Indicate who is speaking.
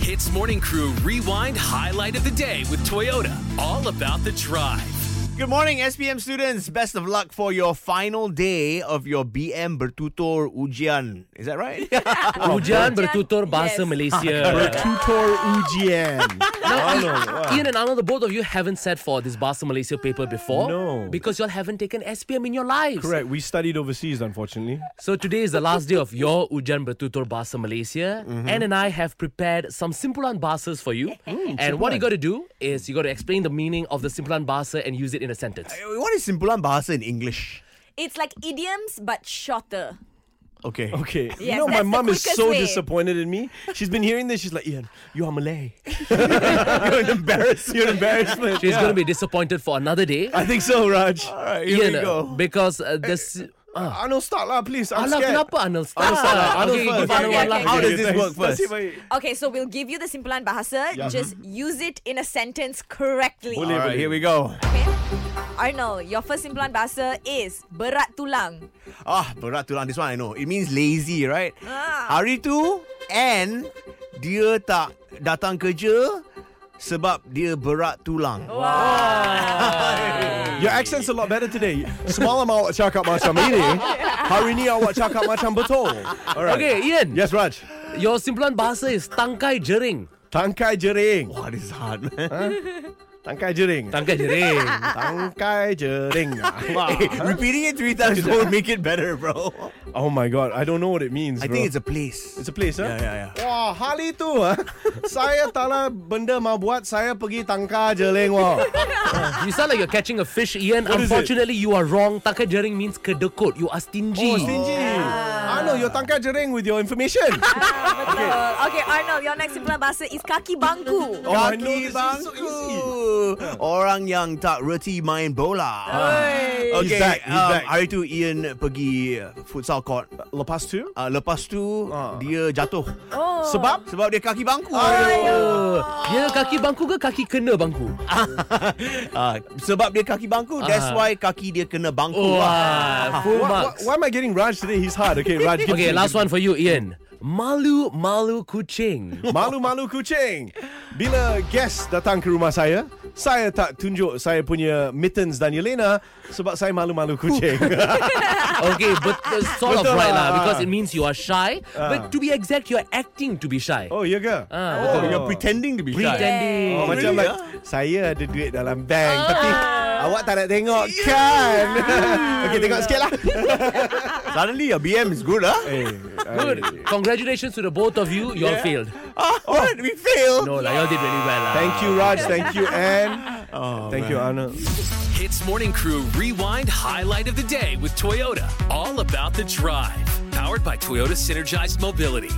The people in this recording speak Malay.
Speaker 1: Hits Morning Crew Rewind Highlight of the Day with Toyota. All about the drive.
Speaker 2: Good morning, SPM students. Best of luck for your final day of your BM Bertutur Ujian. Is that right?
Speaker 3: Ujian bertutur bahasa
Speaker 4: Yes.
Speaker 3: Malaysia.
Speaker 5: Tutor Ujian.
Speaker 3: Now,
Speaker 5: Ah.
Speaker 3: Ian and Arnold, the both of you haven't sat for this Bahasa Malaysia paper before.
Speaker 5: No.
Speaker 3: Because y'all haven't taken SPM in your lives.
Speaker 5: Correct. We studied overseas, unfortunately.
Speaker 3: So today is the last day of your Ujian Bertutur Bahasa Malaysia.
Speaker 5: Mm-hmm.
Speaker 3: Anne and I have prepared some Simpulan Bahasas for you. and what you got to do is you got to explain the meaning of the Simpulan Bahasa and use it in a sentence.
Speaker 2: what is Simpulan Bahasa in English?
Speaker 4: It's like idioms but shorter.
Speaker 2: Okay.
Speaker 5: Okay. you
Speaker 4: Yes,
Speaker 5: know, my
Speaker 4: that's the
Speaker 5: mom is
Speaker 4: quickest
Speaker 5: so
Speaker 4: way.
Speaker 5: disappointed in me. She's been hearing this. She's like, Ian, you are Malay. You're an embarrassment. You're an embarrassment.
Speaker 3: She's going to be disappointed for another day.
Speaker 5: I think so, Raj.
Speaker 2: All right, here
Speaker 3: Ian,
Speaker 2: we
Speaker 3: uh,
Speaker 2: go.
Speaker 3: because uh, this. Uh,
Speaker 2: Ah.
Speaker 5: Arnold, start Ah, lah, please. I'm
Speaker 3: Alah,
Speaker 5: scared.
Speaker 3: kenapa Arnold? Start.
Speaker 5: Arnold, start lah. Arnold
Speaker 3: Okay,
Speaker 5: first.
Speaker 3: give Arnold
Speaker 4: Okay,
Speaker 3: one lah.
Speaker 4: okay,
Speaker 2: How
Speaker 5: Okay,
Speaker 2: does this
Speaker 5: thanks.
Speaker 2: work
Speaker 5: Let's
Speaker 2: first?
Speaker 5: see if I-
Speaker 4: Okay, so we'll give you the Simpulan Bahasa.
Speaker 5: uh-huh.
Speaker 4: Just use it in a sentence correctly.
Speaker 2: All right, here we go.
Speaker 4: Okay. Arnold, your first Simpulan Bahasa is berat tulang.
Speaker 2: Ah, berat tulang. This one I know. It means lazy, right?
Speaker 4: Ah.
Speaker 2: Hari tu, and dia tak datang kerja sebab dia berat tulang.
Speaker 5: Your accent's a lot better today. Semalam awak cakap macam ini. Hari ni awak cakap macam betul. All right.
Speaker 3: Okay, Ian.
Speaker 5: Yes, Raj.
Speaker 3: Your simpulan bahasa is tangkai jering.
Speaker 5: Tangkai jering.
Speaker 2: Wah, this is hard,
Speaker 5: Ah.
Speaker 2: man.
Speaker 5: Tangkai jering.
Speaker 3: Tangkai jering.
Speaker 5: Tangkai jering.
Speaker 2: Hey, repeating it three times won't make it better, bro.
Speaker 5: Oh my god, I don't know what it means.
Speaker 2: I
Speaker 5: bro.
Speaker 2: think it's a place.
Speaker 5: It's a place, huh?
Speaker 2: Yeah, yeah, yeah.
Speaker 5: Wah, hari tu, ah, saya taklah benda mau buat, saya pergi tangka jeling, wah.
Speaker 3: you sound like you're catching a fish, Ian.
Speaker 5: What is it?
Speaker 3: Unfortunately, you are wrong. Tangkai jering means kedekut. You are stingy.
Speaker 5: Oh, stingy. I know, you're tangka jeling with your information.
Speaker 4: Okay. okay, Arnold, your next Simpulan Bahasa is kaki bangku.
Speaker 5: Oh, I know,
Speaker 2: Kaki
Speaker 5: this is so easy.
Speaker 2: bangku. Orang yang tak reti main bola.
Speaker 5: Ah. He's
Speaker 2: Okay,
Speaker 5: back, he's
Speaker 2: um,
Speaker 5: back.
Speaker 2: hari tu Ian pergi futsal court.
Speaker 5: Lepas tu,
Speaker 2: Uh, lepas tu
Speaker 5: Ah.
Speaker 2: dia jatuh
Speaker 4: Oh.
Speaker 5: sebab
Speaker 2: sebab dia kaki bangku.
Speaker 3: Uh, Dia kaki bangku ke kaki kena bangku?
Speaker 2: Ah, sebab dia kaki bangku, that's
Speaker 3: Ah.
Speaker 2: why kaki dia kena bangku.
Speaker 5: Oh.
Speaker 2: lah.
Speaker 3: Wah, full
Speaker 5: Why-
Speaker 3: marks.
Speaker 5: why, why am I getting Raj today? He's hard. Okay, Raj. give
Speaker 3: Okay,
Speaker 5: me-
Speaker 3: last one for you, Ian. Malu malu kucing.
Speaker 5: Malu-malu kucing. Bila guest datang ke rumah saya, saya tak tunjuk saya punya mittens dan Yelena sebab saya malu-malu kucing.
Speaker 3: Okay, but uh, sort of
Speaker 5: Betul Ah.
Speaker 3: right
Speaker 5: lah.
Speaker 3: lah because it means you are shy. But to be exact, you're acting to be shy.
Speaker 5: oh, ya ke?
Speaker 3: Ah,
Speaker 2: Oh,
Speaker 3: betul. ya.
Speaker 2: you're pretending to be shy.
Speaker 3: Pretending.
Speaker 5: Oh,
Speaker 2: Really,
Speaker 5: macam like,
Speaker 2: ah?
Speaker 5: saya ada duit dalam bank tapi awak tak nak tengok kan? okay, tengok sikit lah.
Speaker 2: Suddenly your BM is good, huh?
Speaker 5: Eh,
Speaker 3: Good.
Speaker 5: I-
Speaker 3: Congratulations to the both of you. Y'all failed.
Speaker 2: Ah, what? We failed.
Speaker 3: No, lah, y'all did really well. lah.
Speaker 5: Thank you, Raj. Thank
Speaker 3: Ah.
Speaker 5: you, Anne.
Speaker 3: Oh,
Speaker 5: Thank you, Anna.
Speaker 1: Hits Morning Crew Rewind Highlight of the Day with Toyota. All about the drive. Powered by Toyota Synergized Mobility.